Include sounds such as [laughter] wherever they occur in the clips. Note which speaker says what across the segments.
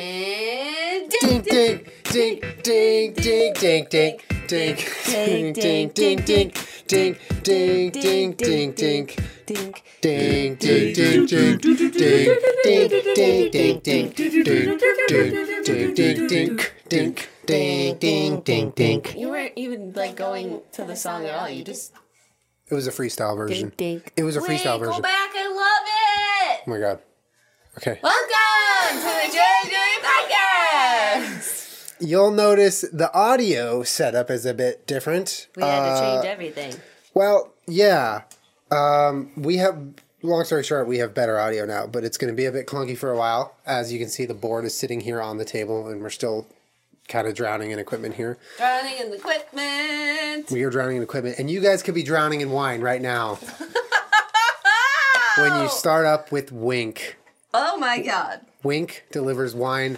Speaker 1: And
Speaker 2: Ding
Speaker 1: ding,
Speaker 2: ding ding ding ding ding ding ding ding ding ding ding ding ding ding ding ding
Speaker 1: ding.
Speaker 2: ding ding ding ding ding ding ding ding ding ding ding ding ding ding ding ding ding ding.
Speaker 1: You weren't even like going to the song at all. You just
Speaker 2: It was a freestyle version.
Speaker 1: ding.
Speaker 2: It was a freestyle
Speaker 1: Wait, go
Speaker 2: version.
Speaker 1: back. I love it.
Speaker 2: Oh my god. Okay.
Speaker 1: Welcome to the Joy Joy Podcast.
Speaker 2: You'll notice the audio setup is a bit different.
Speaker 1: We had to change everything.
Speaker 2: Well, yeah. Um, we have, long story short, we have better audio now, but it's going to be a bit clunky for a while. As you can see, the board is sitting here on the table, and we're still kind of drowning in equipment here.
Speaker 1: Drowning in the equipment.
Speaker 2: We are drowning in equipment, and you guys could be drowning in wine right now when you start up with Wink.
Speaker 1: Oh my god.
Speaker 2: Wink delivers wine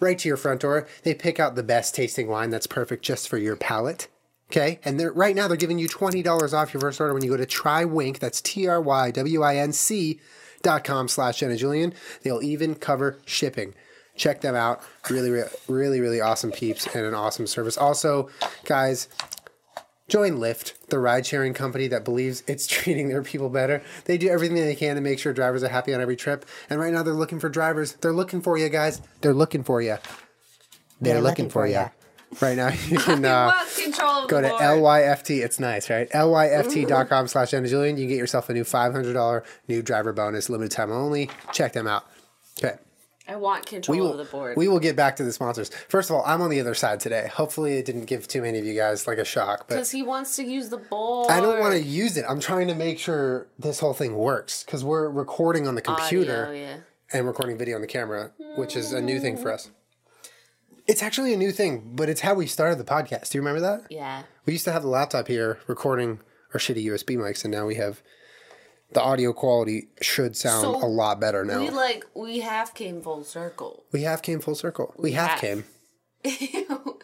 Speaker 2: right to your front door. They pick out the best tasting wine that's perfect just for your palate. Okay, and they're right now they're giving you twenty dollars off your first order when you go to TryWink. That's T R Y W I N C dot com slash Jenna Julian. They'll even cover shipping. Check them out. Really, re- really, really awesome peeps and an awesome service. Also, guys, Join Lyft, the ride sharing company that believes it's [laughs] treating their people better. They do everything they can to make sure drivers are happy on every trip. And right now they're looking for drivers. They're looking for you guys. They're looking for you. They're, looking, for, you. Right now [laughs] you can
Speaker 1: I
Speaker 2: uh,
Speaker 1: lost control of
Speaker 2: go
Speaker 1: the
Speaker 2: to
Speaker 1: board.
Speaker 2: LYFT. It's nice, right? LYFT.com slash Anna Julian. You can get yourself a new $500 new driver bonus, limited time only. Check them out. Okay.
Speaker 1: I want control
Speaker 2: We
Speaker 1: of the
Speaker 2: will,
Speaker 1: board.
Speaker 2: we will get back to the sponsors. First of all, I'm on the other side today. Hopefully, it didn't give too many of you guys like a shock. But
Speaker 1: because he wants to use the board.
Speaker 2: I don't want to use it. I'm trying to make sure this whole thing works because we're recording on the computer
Speaker 1: Audio, yeah.
Speaker 2: and recording video on the camera, which is a new thing for us. It's actually a new thing, but it's how we started the podcast. Do you remember that?
Speaker 1: Yeah.
Speaker 2: We used to have the laptop here recording our shitty USB mics, and now we have the audio quality should sound
Speaker 1: So,
Speaker 2: a lot better now.
Speaker 1: We
Speaker 2: We,
Speaker 1: like we half came full circle.
Speaker 2: have came full circle. We, have,
Speaker 1: have.
Speaker 2: came.
Speaker 1: Ew.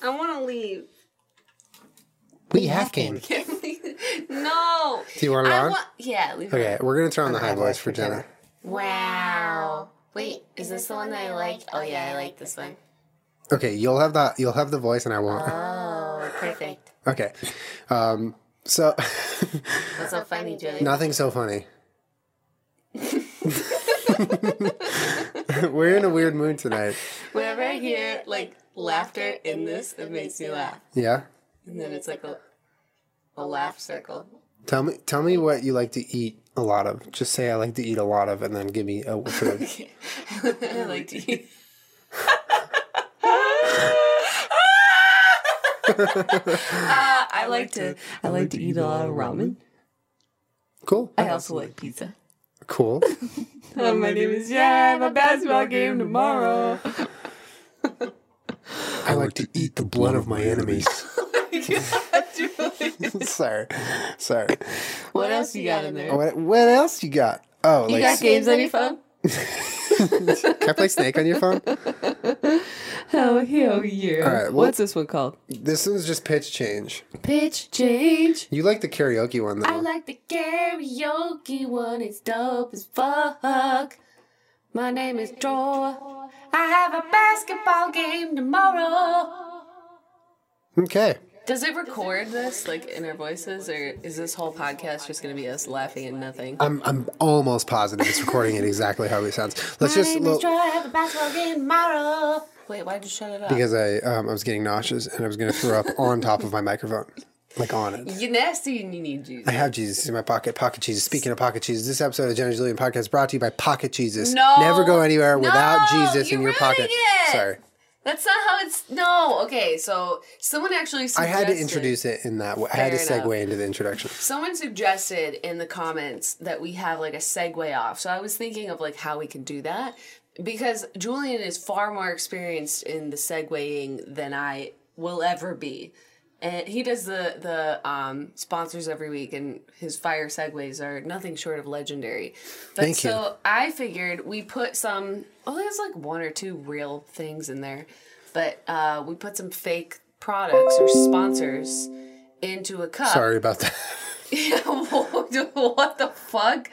Speaker 1: I want to leave.
Speaker 2: We, have came.
Speaker 1: [laughs] no.
Speaker 2: Do you want it
Speaker 1: I
Speaker 2: on?
Speaker 1: wa- yeah, leave it.
Speaker 2: okay, we're gonna turn on the high voice for Jenna.
Speaker 1: Wow. Wait, is this the one that I like? Oh yeah, I like this one.
Speaker 2: Okay, you'll have that. You'll have the voice, and I won't.
Speaker 1: Oh, perfect.
Speaker 2: Okay, um, so. [laughs]
Speaker 1: That's so funny, Joey.
Speaker 2: Nothing so [laughs] funny. We're in a weird mood tonight.
Speaker 1: Whenever I hear like laughter in this, it makes me laugh,
Speaker 2: Yeah.
Speaker 1: and then it's like a a laugh circle. [laughs]
Speaker 2: Tell me tell me what you like to eat a lot of. Just say I like to eat a lot of and then give me a
Speaker 1: [laughs]
Speaker 2: food.
Speaker 1: I like to eat. [laughs] Uh, I like to I like to eat a lot of ramen.
Speaker 2: cool.
Speaker 1: I also like pizza.
Speaker 2: Cool.
Speaker 1: Hello, my name is Jen. I have a basketball game tomorrow.
Speaker 2: I like to eat the blood of my enemies. [laughs] Sorry. Sorry.
Speaker 1: What else you got in there?
Speaker 2: What what else you got? Oh,
Speaker 1: You
Speaker 2: like
Speaker 1: got games on your phone?
Speaker 2: can I play
Speaker 1: [laughs]
Speaker 2: Snake on your phone?
Speaker 1: Oh hell yeah!
Speaker 2: All right, well-
Speaker 1: What's this one called?
Speaker 2: This one's just pitch change.
Speaker 1: Pitch change.
Speaker 2: You like the karaoke one
Speaker 1: I
Speaker 2: though.
Speaker 1: like the karaoke one. It's dope as fuck. My name is Joy. I have a basketball game tomorrow.
Speaker 2: Okay.
Speaker 1: Does it record this, like in our voices, or is this whole podcast just gonna be us laughing and nothing?
Speaker 2: I'm I'm almost positive it's recording it exactly how it sounds. Let's
Speaker 1: My
Speaker 2: just
Speaker 1: name
Speaker 2: lo-
Speaker 1: is Joy. I have a basketball game tomorrow. Wait, why'd you shut it up?
Speaker 2: because I um, I was getting nauseous and I was going to throw up on top of my microphone, like on it.
Speaker 1: You're nasty and you need juice.
Speaker 2: I have Jesus in my pocket. Pocket Jesus. Speaking of pocket Jesus, this episode of Jenna Julian podcast is brought to you by Pocket Jesus.
Speaker 1: No.
Speaker 2: never go anywhere
Speaker 1: No,
Speaker 2: without Jesus in
Speaker 1: you're
Speaker 2: your pocket.
Speaker 1: ruining it.
Speaker 2: Sorry,
Speaker 1: That's not how it's. No, okay, so someone actually
Speaker 2: I
Speaker 1: suggested.
Speaker 2: had to introduce it in that way. I had to
Speaker 1: Fair
Speaker 2: segue
Speaker 1: enough.
Speaker 2: into the introduction.
Speaker 1: Someone suggested in the comments that we have like a segue off. So I was thinking of like how we could do that because Julian is far more experienced in the segueing than I will ever be. And he does the the um, sponsors every week, and his fire segues are nothing short of legendary. But
Speaker 2: Thank you.
Speaker 1: so I figured we put some. Oh, there's like one or two real things in there, but uh, we put some fake products or sponsors into a cup. [laughs]
Speaker 2: Sorry about that.
Speaker 1: what the fuck?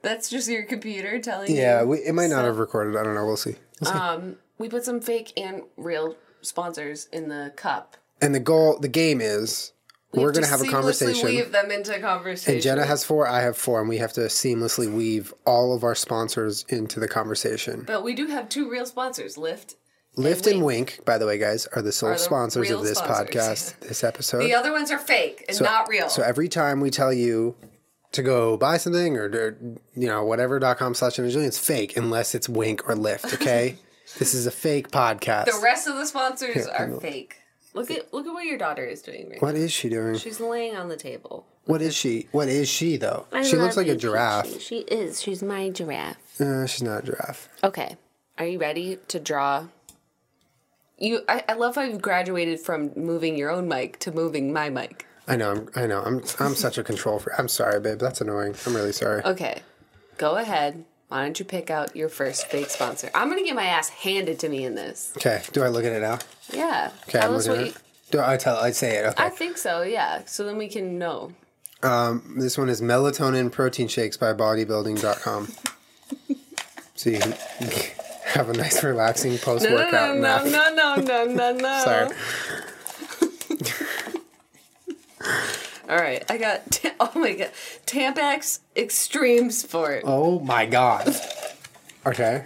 Speaker 1: That's just your computer telling
Speaker 2: [laughs] Yeah,
Speaker 1: you.
Speaker 2: we, it might not have recorded. I don't know. We'll see. We'll see.
Speaker 1: We put some fake and real sponsors in the cup.
Speaker 2: and the goal, the game is
Speaker 1: We
Speaker 2: we're going
Speaker 1: to
Speaker 2: to have a
Speaker 1: seamlessly
Speaker 2: conversation.
Speaker 1: Weave them into conversation.
Speaker 2: And Jenna has four, I have four, and we have to seamlessly weave all of our sponsors into the conversation.
Speaker 1: but we do have two real sponsors, Lyft.
Speaker 2: Lyft and Wink, by the way, guys, are the sole
Speaker 1: the
Speaker 2: sponsors
Speaker 1: real
Speaker 2: of this
Speaker 1: sponsors.
Speaker 2: podcast, this episode.
Speaker 1: The other ones are fake and not real.
Speaker 2: So every time we tell you to go buy something or, or you know whatever dot com slash energy, it's fake unless it's Wink
Speaker 1: [laughs]
Speaker 2: or Lyft. Okay, this is a fake podcast.
Speaker 1: the rest of the sponsors are fake. Look at look at what your daughter is doing right now.
Speaker 2: what is she doing?
Speaker 1: She's laying on the table.
Speaker 2: What is she? What is she though? she looks like a giraffe.
Speaker 1: She is. She's my giraffe.
Speaker 2: Uh, she's not a giraffe.
Speaker 1: Okay. Are you ready to draw? You, I, I love how you graduated from moving your own mic to moving my mic.
Speaker 2: I know. I'm, I know. I'm. I'm such a control freak. I'm sorry, babe. That's annoying. I'm really sorry.
Speaker 1: Okay, go ahead. Why don't you pick out your first fake sponsor? I'm gonna get my ass handed to me in this.
Speaker 2: Okay. Do I look at it now?
Speaker 1: Yeah.
Speaker 2: Okay.
Speaker 1: Tell
Speaker 2: I'm
Speaker 1: us
Speaker 2: looking
Speaker 1: what
Speaker 2: at
Speaker 1: you,
Speaker 2: it. Do I tell? I say it. Okay.
Speaker 1: I think so. Yeah. So then we can know.
Speaker 2: This one is melatonin protein shakes
Speaker 1: [laughs]
Speaker 2: by bodybuilding.com. so you can have a nice relaxing post
Speaker 1: No,
Speaker 2: workout
Speaker 1: no,
Speaker 2: nap.
Speaker 1: no, no, no, no, no.
Speaker 2: [laughs] Sorry.
Speaker 1: All right, I got. [laughs] Ta- oh my god, Tampax Extreme Sport.
Speaker 2: Oh my god. Okay.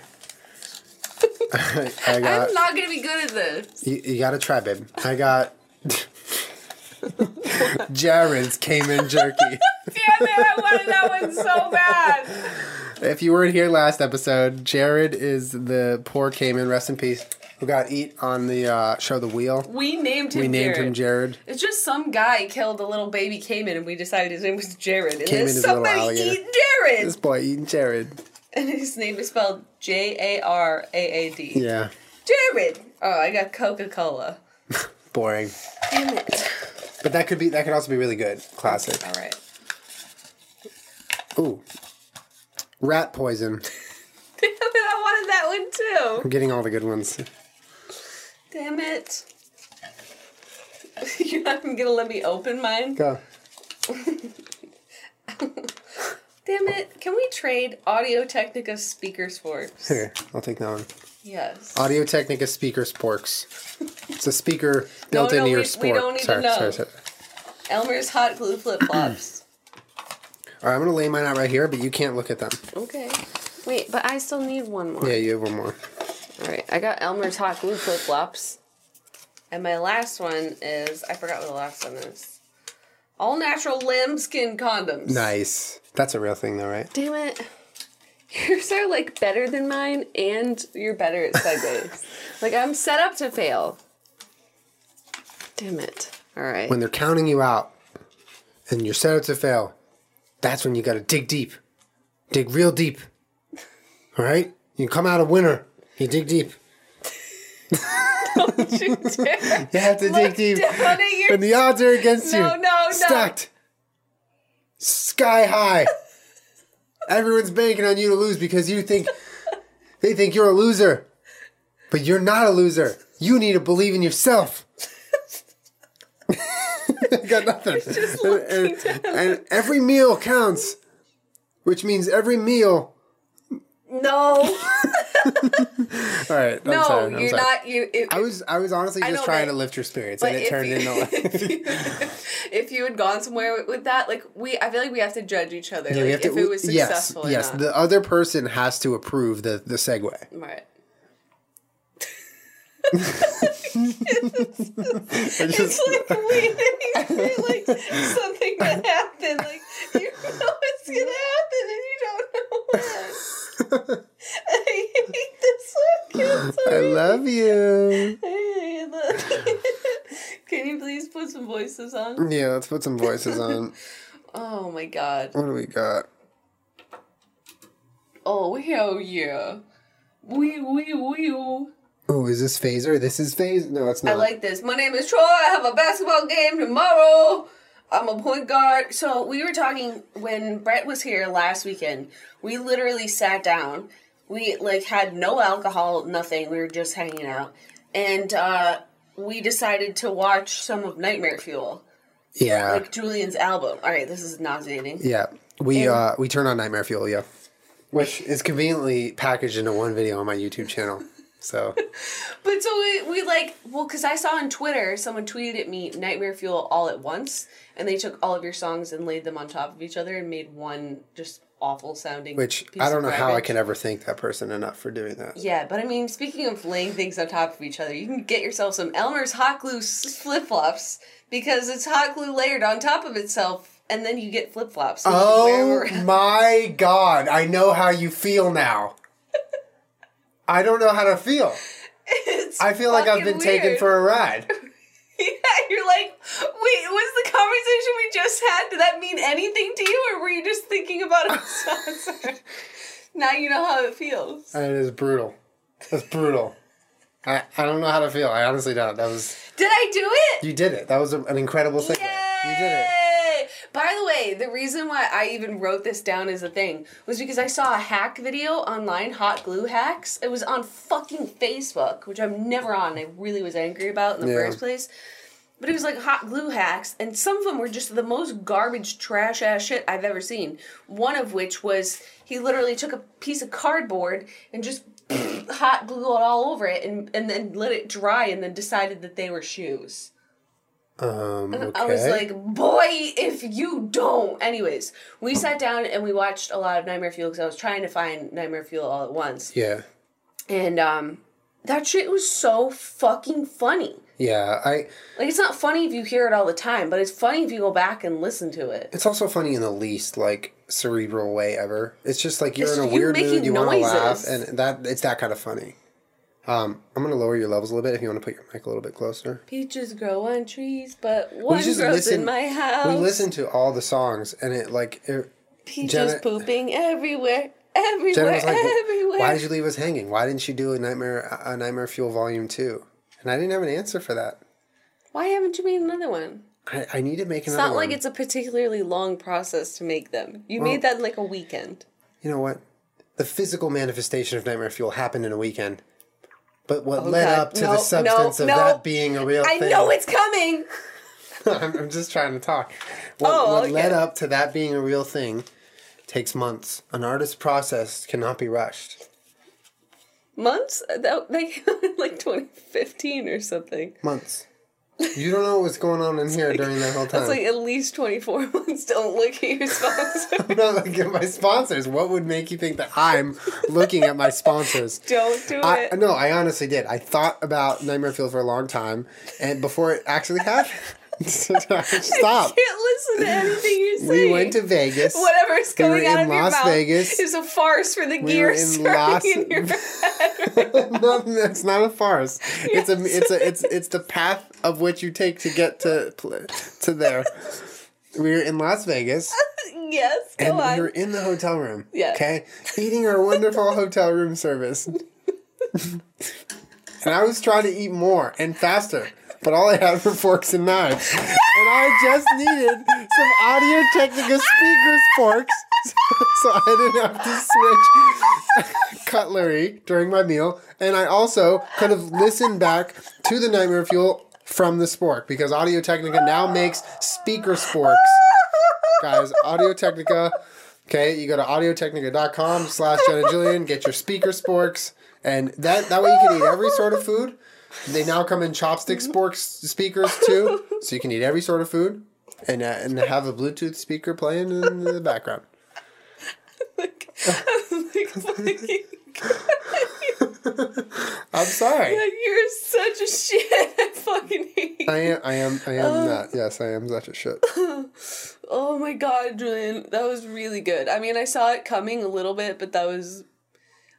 Speaker 2: I got
Speaker 1: [laughs] I'm not gonna be good at this.
Speaker 2: you, you gotta try, babe. I got [laughs] Jared's Cayman jerky.
Speaker 1: Damn it! I wanted that one so bad.
Speaker 2: if you weren't here last episode, Jared is the poor Cayman, rest in peace, who got eat on the uh, show The Wheel.
Speaker 1: We named him.
Speaker 2: We named him Jared.
Speaker 1: It's just some guy killed a little baby caiman, and we decided his name was Jared. And then
Speaker 2: Cayman is a little
Speaker 1: somebody
Speaker 2: alligator.
Speaker 1: eat Jared,
Speaker 2: This boy eating Jared.
Speaker 1: and his name is spelled J A R A A D.
Speaker 2: Yeah.
Speaker 1: Jared. Oh, I got Coca Cola.
Speaker 2: Boring.
Speaker 1: Damn it!
Speaker 2: But that could be that could also be really good. Classic.
Speaker 1: All right. [laughs]
Speaker 2: Ooh. Rat poison.
Speaker 1: Damn it! I wanted that one too.
Speaker 2: I'm getting all the good ones.
Speaker 1: Damn it! [laughs] You're not even gonna let me open mine.
Speaker 2: Go.
Speaker 1: Damn it! Can we trade Audio Technica speaker sports?
Speaker 2: [laughs] Here, I'll take that one.
Speaker 1: Yes.
Speaker 2: Audio Technica speaker sporks. It's a speaker built
Speaker 1: no,
Speaker 2: into your
Speaker 1: we-
Speaker 2: spork.
Speaker 1: we don't need to
Speaker 2: sorry,
Speaker 1: know.
Speaker 2: sorry, sorry.
Speaker 1: Elmer's hot glue flip flops.
Speaker 2: [clears throat] All right, I'm gonna lay mine out right here, but you can't look at them.
Speaker 1: okay. Wait, but I still need one more.
Speaker 2: Yeah, you have one more.
Speaker 1: All right, I got Elmer's hot glue flip flops, and my last one is I forgot what the last one is. All natural lambskin condoms.
Speaker 2: Nice. That's a real thing, though, right?
Speaker 1: Damn it. Yours are like better than mine, and you're better at
Speaker 2: [laughs]
Speaker 1: segues. like I'm set up to fail. Damn it! All right.
Speaker 2: When they're counting you out, and you're set up to fail, that's when you gotta dig deep, dig real deep. All right, you come out a winner. You
Speaker 1: [laughs]
Speaker 2: dig deep.
Speaker 1: you dare.
Speaker 2: You have to dig deep.
Speaker 1: down at your-
Speaker 2: When the odds are against you.
Speaker 1: No, no, no.
Speaker 2: Stacked. Sky high. Everyone's banking on you to lose because you think they think you're a loser. But you're not a loser. You need to believe in yourself. [laughs] I got nothing. And, and- and every meal counts, which means every meal. [laughs]
Speaker 1: No,
Speaker 2: All right. I'm
Speaker 1: no,
Speaker 2: sorry, I'm
Speaker 1: you're
Speaker 2: sorry.
Speaker 1: not. You. If,
Speaker 2: I was I was honestly just
Speaker 1: know,
Speaker 2: trying
Speaker 1: but-
Speaker 2: to lift your spirits, and
Speaker 1: but
Speaker 2: it
Speaker 1: if
Speaker 2: turned
Speaker 1: you- [laughs]
Speaker 2: into.
Speaker 1: if you had gone somewhere with, with that, like we, I feel like we have to judge each other.
Speaker 2: Yeah,
Speaker 1: like,
Speaker 2: we have
Speaker 1: if
Speaker 2: to-
Speaker 1: it was
Speaker 2: yes,
Speaker 1: successful or
Speaker 2: yes,
Speaker 1: not.
Speaker 2: the other person has to approve the
Speaker 1: [laughs]
Speaker 2: the segue. [laughs]
Speaker 1: right.
Speaker 2: I [laughs] just-
Speaker 1: It's like waiting for like something to happen. Like you know it's gonna happen and you don't know when. I hate this one. It's so
Speaker 2: I love you.
Speaker 1: [laughs] Can you please put some voices on?
Speaker 2: Yeah, let's put some voices on.
Speaker 1: Oh my god.
Speaker 2: What do we got?
Speaker 1: Oh hell yeah. Wee wee wee.
Speaker 2: Oh, is this phaser? This is phase. No, it's not.
Speaker 1: I like this. My name is Troy. I have a basketball game tomorrow. I'm a point guard. So we were talking when Brett was here last weekend. We literally sat down. We like had no alcohol, nothing. We were just hanging out, and uh, we decided to watch some of Nightmare Fuel,
Speaker 2: yeah,
Speaker 1: like Julian's album. All right, this is nauseating.
Speaker 2: yeah. We uh we turn on Nightmare Fuel. Yeah, which is conveniently packaged into one video on my YouTube channel.
Speaker 1: [laughs]
Speaker 2: So
Speaker 1: But so we, we like, well, because I saw on Twitter someone tweeted at me Nightmare Fuel all at once, and they took all of your songs and laid them on top of each other and made one just awful sounding.
Speaker 2: which
Speaker 1: piece
Speaker 2: I
Speaker 1: of
Speaker 2: don't know how I
Speaker 1: garbage.
Speaker 2: can ever thank that person enough for doing that.
Speaker 1: Yeah, but I mean, speaking of laying things on top of each other, you can get yourself some Elmer's hot glue flip flops because it's hot glue layered on top of itself, and then you get flip flops.
Speaker 2: Oh
Speaker 1: [laughs]
Speaker 2: my god, I know how you feel now. I don't know how to feel. I feel like I've been taken for
Speaker 1: [laughs]
Speaker 2: a ride.
Speaker 1: Yeah, [laughs] you're like, wait, was the conversation we just had? Did that mean anything to you, or were you just thinking about a sponsor? [laughs] now you know how it feels.
Speaker 2: It is brutal. That's brutal. I, I don't know how to feel. I honestly don't. That was
Speaker 1: Did I do it?
Speaker 2: you did it. That was a- an incredible thing. You did it.
Speaker 1: Yay! By the way, the reason why I even wrote this down as a thing was because I saw a hack video online, hot glue hacks. It was on fucking Facebook, which I'm never on. I really was angry about in the
Speaker 2: Yeah.
Speaker 1: first place. But it was like hot glue hacks, and some of them were just the most garbage, trash ass shit I've ever seen. One of which was he literally took a piece of cardboard and just [laughs] hot glue it all over it, and, and then let it dry, and then decided that they were shoes.
Speaker 2: Um, okay.
Speaker 1: [laughs] I was like, boy, if you don't. Anyways, we sat down and we watched a lot of Nightmare Fuel because I was trying to find Nightmare Fuel all at once.
Speaker 2: yeah,
Speaker 1: And um, that shit was so fucking funny.
Speaker 2: yeah. I.
Speaker 1: Like, it's not funny if you hear it all the time, but it's funny if you go back and listen to it.
Speaker 2: It's also funny in the least like cerebral way ever. It's just like you're
Speaker 1: It's
Speaker 2: in a
Speaker 1: you
Speaker 2: weird
Speaker 1: making
Speaker 2: mood, you want to laugh,
Speaker 1: noises.
Speaker 2: and that it's that kind of funny. Um, I'm gonna lower your levels a little bit if you want to put your mic a little bit closer.
Speaker 1: Peaches grow on trees, but one grows
Speaker 2: just listen-
Speaker 1: in my house.
Speaker 2: We listened to all the songs, and it like it,
Speaker 1: Peaches
Speaker 2: Jenna-
Speaker 1: pooping everywhere, everywhere,
Speaker 2: Jenna was like,
Speaker 1: everywhere.
Speaker 2: "Why did you leave us hanging? Why didn't you do a nightmare, a nightmare fuel volume two? And I didn't have an answer for that.
Speaker 1: Why haven't you made another one?
Speaker 2: I, I need to make
Speaker 1: It's
Speaker 2: another.
Speaker 1: not like
Speaker 2: one.
Speaker 1: it's a particularly long process to make them. You made that in like a weekend.
Speaker 2: you know what? The physical manifestation of nightmare fuel happened in a weekend, but what led
Speaker 1: Oh, God.
Speaker 2: up to
Speaker 1: No,
Speaker 2: the
Speaker 1: no,
Speaker 2: substance of
Speaker 1: no.
Speaker 2: that being a real
Speaker 1: I
Speaker 2: thing.
Speaker 1: know it's coming.
Speaker 2: [laughs] I'm, I'm just trying to talk. What,
Speaker 1: Oh,
Speaker 2: what
Speaker 1: okay.
Speaker 2: led up to that being a real thing takes months. An artist's process cannot be rushed.
Speaker 1: Months? That, they came out in like [laughs] 2015 or something.
Speaker 2: Months. You don't know what was going on in here during that whole time.
Speaker 1: It's like at least 24 [laughs] months. Don't look at your sponsor.
Speaker 2: I'm [laughs] not looking at my sponsors. What would make you think that I'm looking at my sponsors?
Speaker 1: [laughs] Don't [laughs] do
Speaker 2: I,
Speaker 1: it.
Speaker 2: no, I honestly did. I thought about Nightmare Fuel for a long time, and before it actually happened, [laughs]
Speaker 1: I [laughs]
Speaker 2: stop.
Speaker 1: can't listen to anything you're saying.
Speaker 2: We went to Vegas. [laughs]
Speaker 1: Whatever's
Speaker 2: we were
Speaker 1: going out
Speaker 2: in
Speaker 1: of your
Speaker 2: Las
Speaker 1: mouth
Speaker 2: Vegas.
Speaker 1: is a farce for the
Speaker 2: were
Speaker 1: gears
Speaker 2: in
Speaker 1: in,
Speaker 2: Las-
Speaker 1: in
Speaker 2: [laughs]
Speaker 1: your head. [laughs]
Speaker 2: no, it's not a farce. It's a it's a it's it's the path of which you take to get to pl-
Speaker 1: [laughs]
Speaker 2: to there. We were in Las Vegas
Speaker 1: yes, go
Speaker 2: and
Speaker 1: on.
Speaker 2: we were in the hotel room.
Speaker 1: Yeah.
Speaker 2: Okay, eating our wonderful hotel room service. and I was trying to eat more and faster, but all I had were forks and knives, and I just needed some Audio Technica speakers forks, [laughs] so I didn't have to switch [laughs] cutlery during my meal, and I also could have listened back to the Nightmare Fuel from the spork because Audio Technica now makes speaker sporks. Guys, Audio Technica. Okay, you go to audiotechnica.com slash Jenna Jillian, get your speaker sporks, and that, that way you can eat every sort of food. They now come in chopstick sporks speakers too, so you can eat every sort of food and, uh, and have a Bluetooth speaker playing in the background.
Speaker 1: [laughs] Like, I'm like, [laughs] fucking
Speaker 2: [laughs] I'm sorry.
Speaker 1: you're such a shit. I fucking hate you.
Speaker 2: I am. I am. I am not. Yes, I am such a shit.
Speaker 1: Oh my god, Julian, that was really good. I mean, I saw it coming a little bit, but that was.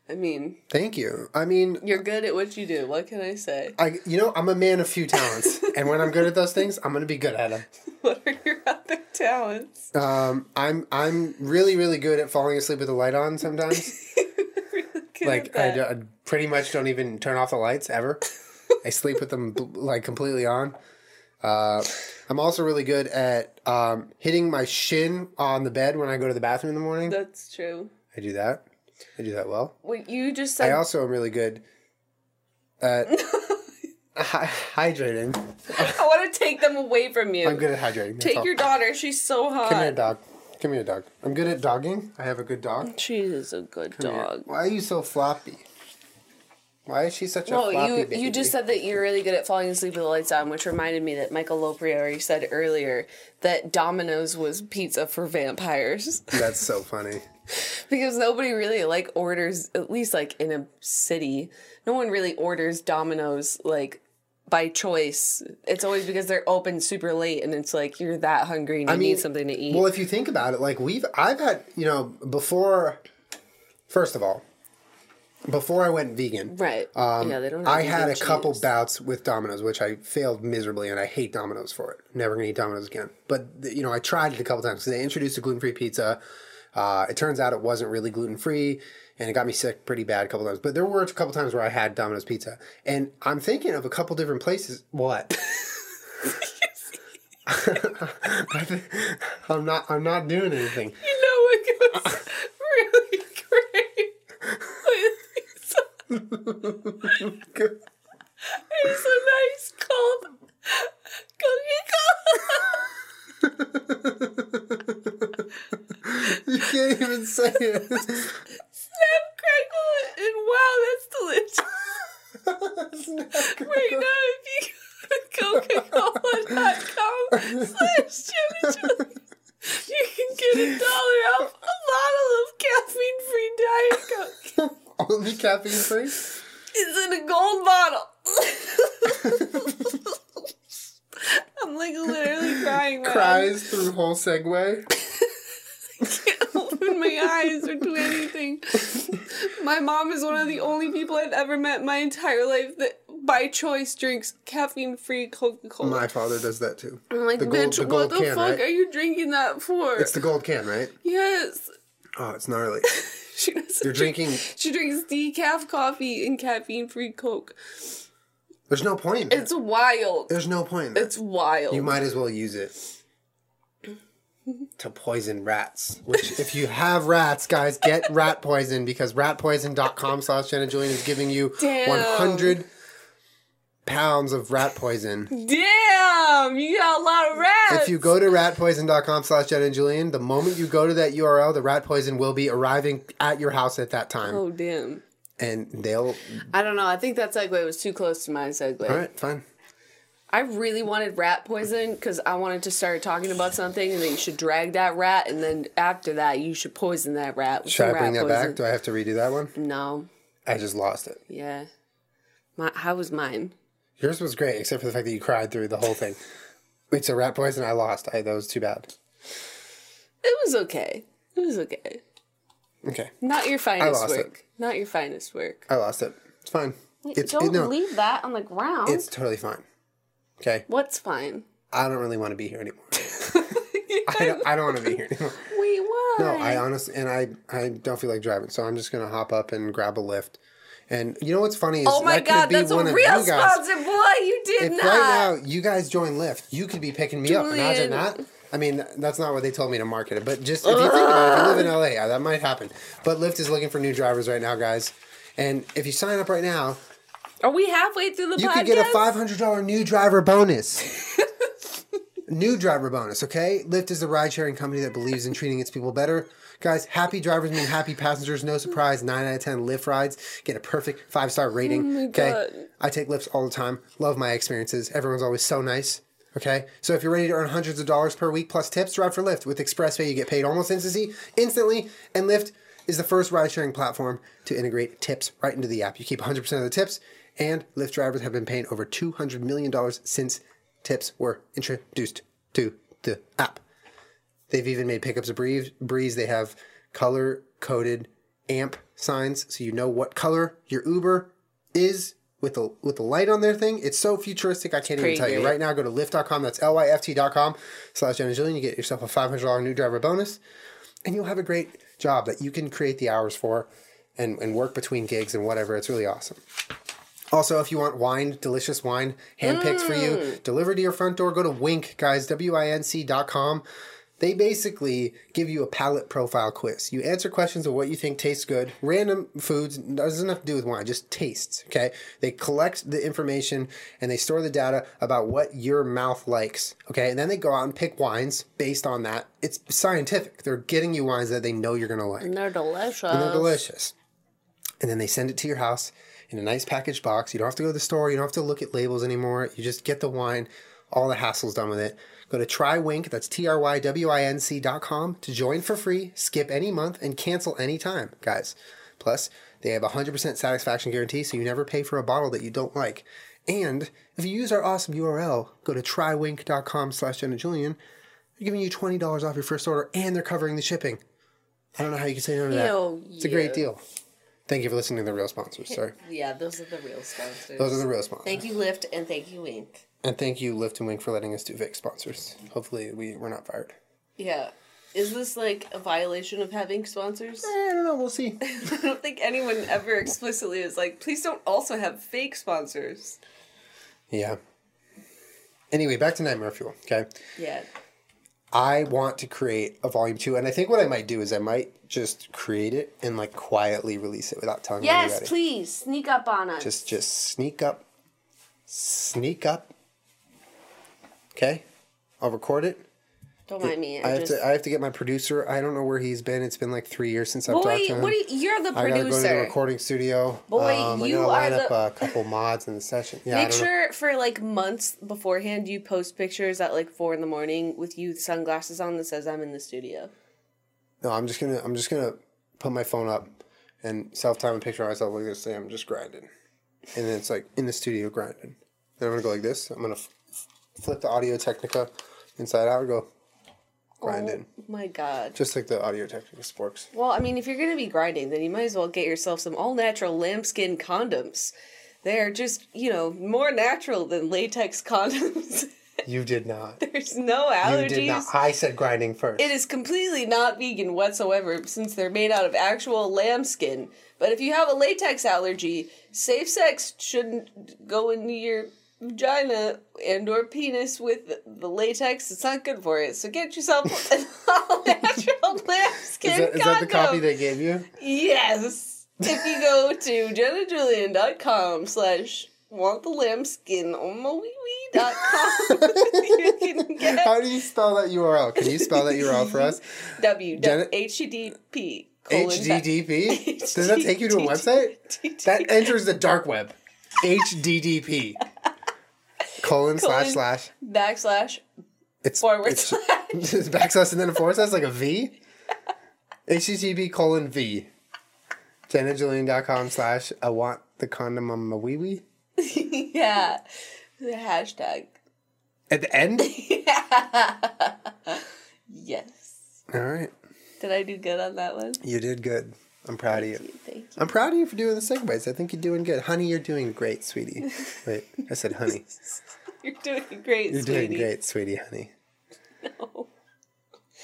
Speaker 1: I mean,
Speaker 2: Thank you. I mean,
Speaker 1: you're good at what you do. What can I say? [laughs]
Speaker 2: I you know I'm a man of few talents, and when I'm good at those things, I'm gonna be good at them.
Speaker 1: What are your [laughs] other talents? [laughs]
Speaker 2: Um, I'm I'm really really good at falling asleep with the light on sometimes.
Speaker 1: Good at
Speaker 2: [laughs] like I,
Speaker 1: that.
Speaker 2: d- I pretty much don't even turn off the lights ever. I sleep with them bl- like completely on. Uh, I'm also really good at um, hitting my shin on the bed when I go to the bathroom in the morning.
Speaker 1: That's true.
Speaker 2: I do that. I do that well.
Speaker 1: What you just
Speaker 2: I
Speaker 1: said.
Speaker 2: also am really good
Speaker 3: [laughs]
Speaker 2: at hy- hydrating.
Speaker 1: I want to take them away from you.
Speaker 2: I'm good at hydrating. that's
Speaker 1: Take
Speaker 2: all.
Speaker 1: your daughter. She's so hot.
Speaker 2: Come here, dog. Come here, dog. I'm good at dogging. I have a good dog.
Speaker 3: She is a good
Speaker 2: Come here.
Speaker 3: dog.
Speaker 2: Why are you so floppy? Why is she such a
Speaker 1: Oh,
Speaker 3: No,
Speaker 2: floppy
Speaker 3: you
Speaker 2: baby?
Speaker 3: you just said that you're really good at falling asleep with the lights on, which reminded me that Michael Lopriori said earlier that Domino's was pizza
Speaker 1: [laughs]
Speaker 3: for vampires
Speaker 2: That's so funny.
Speaker 3: because nobody really like orders at least like in a city, no one really orders Domino's like by choice. It's always because they're open super late and it's like you're that hungry and you
Speaker 2: mean,
Speaker 3: need something to eat.
Speaker 2: Well, if you think about it, like we've I've had, you know, before first of all, before I went vegan,
Speaker 3: right. yeah, they don't
Speaker 2: Um,
Speaker 3: have
Speaker 2: I had
Speaker 3: vegan
Speaker 2: a couple
Speaker 3: cheese.
Speaker 2: bouts with Domino's, which I failed miserably, and I hate Domino's for it. Never gonna eat Domino's again. But th- you know, I tried it a couple times. So they introduced a gluten free pizza. Uh, it turns out it wasn't really gluten free, and it got me sick pretty bad a couple times. But there were a couple times where I had Domino's pizza, and I'm thinking of a couple different places.
Speaker 3: [laughs]
Speaker 2: What? [laughs] I thi- I'm not. I'm not doing anything. [laughs]
Speaker 3: You know what goes really great with pizza? It's a nice cold cookie [laughs] cold.
Speaker 2: you can't even say it. [laughs]
Speaker 3: Snap, crackle, and wow, that's delicious. Right now, if you go to Coca-Cola.com slash chimichurri, you can get a dollar off a bottle of caffeine-free Diet Coke.
Speaker 2: [laughs] Only caffeine free.
Speaker 3: It's in a gold bottle. [laughs] I'm like literally crying. my [laughs]
Speaker 2: Cries through whole segue.
Speaker 3: can't open my eyes or do anything. My mom is one of the only people I've ever met in my entire life that by choice drinks caffeine free Coca Cola.
Speaker 2: My father does that too.
Speaker 3: I'm like,
Speaker 2: the gold-
Speaker 3: bitch,
Speaker 2: the
Speaker 3: what
Speaker 2: gold
Speaker 3: the
Speaker 2: can,
Speaker 3: fuck
Speaker 2: right?
Speaker 3: are you drinking that for?
Speaker 2: It's the gold can,
Speaker 3: [laughs]
Speaker 2: right?
Speaker 3: yes.
Speaker 2: Oh, it's gnarly.
Speaker 3: She doesn't
Speaker 2: You're
Speaker 3: drink-
Speaker 2: drinking.
Speaker 3: She drinks decaf coffee and caffeine free Coke.
Speaker 2: There's no point. In that.
Speaker 3: It's wild.
Speaker 2: There's no point. In that.
Speaker 3: It's wild.
Speaker 2: You might as well use it to poison rats. Which, if you have rats, guys, get rat poison because ratpoison.com slash Jenna Julian is giving you
Speaker 3: Damn.
Speaker 2: 100 pounds of rat poison.
Speaker 3: Damn, you got a lot of rats.
Speaker 2: If you go to ratpoison.com slash Jenna Julian, the moment you go to that URL, the rat poison will be arriving at your house at that time.
Speaker 3: oh damn.
Speaker 2: And they'll.
Speaker 3: I don't know. I think that segue was too close to my segue.
Speaker 2: All right, fine.
Speaker 3: I really wanted rat poison because I wanted to start talking about something, and then you should drag that rat, and then after that, you should poison that rat with
Speaker 2: Should
Speaker 3: some
Speaker 2: I bring
Speaker 3: rat
Speaker 2: that
Speaker 3: poison.
Speaker 2: back? Do I have to redo that one?
Speaker 3: no,
Speaker 2: I just lost it.
Speaker 3: yeah. My, how was mine?
Speaker 2: Yours was great, except for the fact that you cried through the whole
Speaker 3: [laughs]
Speaker 2: thing. It's a rat poison. I lost. I, that was too bad.
Speaker 3: It was okay. It was okay.
Speaker 2: Okay,
Speaker 3: Not your finest
Speaker 2: lost it.
Speaker 3: work. Not your finest work.
Speaker 2: I lost it. It's fine. It's
Speaker 3: Don't
Speaker 2: it, no,
Speaker 3: leave that on the ground.
Speaker 2: it's totally fine. Okay,
Speaker 3: What's fine?
Speaker 2: I don't really want to be here
Speaker 3: [laughs]
Speaker 2: anymore. I don't, I don't want to be here anymore.
Speaker 3: Wait, why?
Speaker 2: No, I honestly and I I don't feel like driving, so I'm just gonna hop up and grab a lift. And you know what's funny is
Speaker 3: oh my
Speaker 2: that could
Speaker 3: god,
Speaker 2: be
Speaker 3: that's a
Speaker 2: one of
Speaker 3: real
Speaker 2: you guys.
Speaker 3: sponsor, boy. You did
Speaker 2: If
Speaker 3: not.
Speaker 2: right now you guys join Lyft, you could be picking me up. Imagine
Speaker 3: Julian.
Speaker 2: that. I mean, th- that's not what they told me to market it, but just if you think about it, if you live in LA, yeah, that might happen. But Lyft is looking for new drivers right now, guys. And if you sign up right now,
Speaker 3: Are we halfway through the
Speaker 2: you
Speaker 3: podcast?
Speaker 2: could get a five hundred dollar new driver bonus. [laughs] new driver bonus, okay? Lyft is a ride sharing company that believes in treating its people better. Guys, happy drivers mean happy passengers. No surprise, nine out of ten Lyft rides get a perfect five star rating. okay,
Speaker 3: Oh God.
Speaker 2: I take Lyfts all the time. Love my experiences. Everyone's always so nice. Okay, so if you're ready to earn hundreds of dollars per week plus tips, drive for Lyft. With ExpressPay, you get paid almost instantly, instantly, and Lyft is the first ride-sharing platform to integrate tips right into the app. You keep 100% of the tips, and Lyft drivers have been paying over $200 million since tips were introduced to the app. They've even made pickups a breeze. breeze. They have color-coded amp signs, so you know what color your Uber is with the with the light on their thing. It's so futuristic. I can't even
Speaker 3: pretty
Speaker 2: tell you
Speaker 3: great.
Speaker 2: right now. Go to lyft.com. That's l y f t.com slash Jenna Jillian. You get yourself a five hundred dollar new driver bonus, and you'll have a great job that you can create the hours for, and and work between gigs and whatever. It's really awesome. Also, if you want wine, delicious wine, handpicked for you, delivered to your front door, go to wink, guys, W I N C dot com They basically give you a palate profile quiz. You answer questions of what you think tastes good, random foods, doesn't have to do with wine, just tastes. Okay. They collect the information and they store the data about what your mouth likes. Okay. And then they go out and pick wines based on that. It's scientific. They're getting you wines that they know you're going to like.
Speaker 3: And they're delicious.
Speaker 2: And they're delicious. And then they send it to your house in a nice packaged box. You don't have to go to the store. You don't have to look at labels anymore. You just get the wine. All the hassle's done with it. Go to TryWink, that's T-R-Y-W-I-N-C dot com to join for free, skip any month, and cancel any time, guys. Plus, they have a 100% satisfaction guarantee, so you never pay for a bottle that you don't like. And if you use our awesome URL, go to TryWink.com slash Jenna Julian, they're giving you $20 off your first order, and they're covering the shipping. I don't know how you can say no to that.
Speaker 3: Hell
Speaker 2: It's a great
Speaker 3: yeah.
Speaker 2: deal. Thank you for listening to the real sponsors.
Speaker 3: [laughs]
Speaker 2: Sorry.
Speaker 3: Yeah, those are the real sponsors.
Speaker 2: Those are the real sponsors.
Speaker 3: Thank you, Lyft, and thank you, Wink.
Speaker 2: and thank you, Lift and Wink, for letting us do Vic sponsors. Hopefully, we, we're not fired.
Speaker 3: Yeah. Is this like a violation of having sponsors? [laughs]
Speaker 2: Eh, I don't know. We'll see.
Speaker 3: I don't think anyone ever explicitly is like, please don't also have fake sponsors.
Speaker 2: yeah. Anyway, back to Nightmare Fuel. Okay.
Speaker 3: Yeah.
Speaker 2: I want to create a volume two, and I think what I might do is I might just create it and like quietly release it without telling
Speaker 3: Yes,
Speaker 2: anybody.
Speaker 3: please sneak up on us.
Speaker 2: Just just sneak up, sneak up. Okay, I'll record it.
Speaker 3: don't mind me.
Speaker 2: I
Speaker 3: I
Speaker 2: have
Speaker 3: just.
Speaker 2: to. I have to get my producer. I don't know where he's been. It's been like three years since I've
Speaker 3: Boy,
Speaker 2: talked to him.
Speaker 3: what do you, you're the
Speaker 2: I gotta go to the
Speaker 3: producer.
Speaker 2: recording studio. Um,
Speaker 3: Boy,
Speaker 2: I
Speaker 3: you
Speaker 2: gotta
Speaker 3: are
Speaker 2: line up
Speaker 3: the-
Speaker 2: a couple mods in the session. Yeah, I
Speaker 3: Make
Speaker 2: don't know.
Speaker 3: sure for like months beforehand you post pictures at like four in the morning with you with sunglasses on that says I'm in the studio.
Speaker 2: No, I'm just gonna. I'm just gonna put my phone up and self time a picture of myself like this. Say I'm just grinding, and then it's like in the studio grinding. Then I'm gonna go like this. I'm gonna f- f- flip the Audio Technica inside out. and Go grinding,
Speaker 3: Oh my god.
Speaker 2: just like the Audio Technica sporks.
Speaker 3: Well, I mean, if you're gonna be grinding, then you might as well get yourself some all natural lambskin condoms. They're just, you know, more natural than latex [laughs] condoms.
Speaker 2: You did not.
Speaker 3: There's no
Speaker 2: You did not.
Speaker 3: allergies.
Speaker 2: I said grinding first.
Speaker 3: It is completely not vegan whatsoever since they're made out of actual lambskin. But if you have a latex allergy, safe sex shouldn't go into your vagina and or penis with the latex. It's not good for it. So get yourself [laughs] an all
Speaker 2: [laughs]
Speaker 3: natural lambskin
Speaker 2: is that, is
Speaker 3: condom.
Speaker 2: that the copy they gave you?
Speaker 3: [laughs] Yes. If you go to jennajulian.com slash want the lambskin on my wee wee dot com, [laughs] you can get
Speaker 2: How do you spell that URL? Can you spell that URL for
Speaker 3: [laughs]
Speaker 2: us?
Speaker 3: W
Speaker 2: Jenna-
Speaker 3: HTTP colon [laughs]
Speaker 2: HDDP? Does that take you to a website?
Speaker 3: HTTP. [laughs]
Speaker 2: That enters the dark web. HDDP. Colon slash
Speaker 3: Colon.
Speaker 2: slash.
Speaker 3: backslash
Speaker 2: It's
Speaker 3: forward
Speaker 2: it's-
Speaker 3: slash
Speaker 2: [laughs]
Speaker 3: [laughs]
Speaker 2: it's backslash and then a forward slash like a V. HTTP colon V. JennaJulian.com slash I want the condom on my wee wee.
Speaker 3: yeah the hashtag [laughs]
Speaker 2: At the end?
Speaker 3: yes
Speaker 2: All right.
Speaker 3: did I do good on that one
Speaker 2: You did good. I'm proud of you.
Speaker 3: thank you
Speaker 2: I'm proud of you for doing the segues. I think you're doing good. Honey, you're doing great,
Speaker 3: [laughs]
Speaker 2: sweetie. Wait, I said honey.
Speaker 3: you're doing great
Speaker 2: You're
Speaker 3: sweetie
Speaker 2: doing great, sweetie, honey.
Speaker 3: No.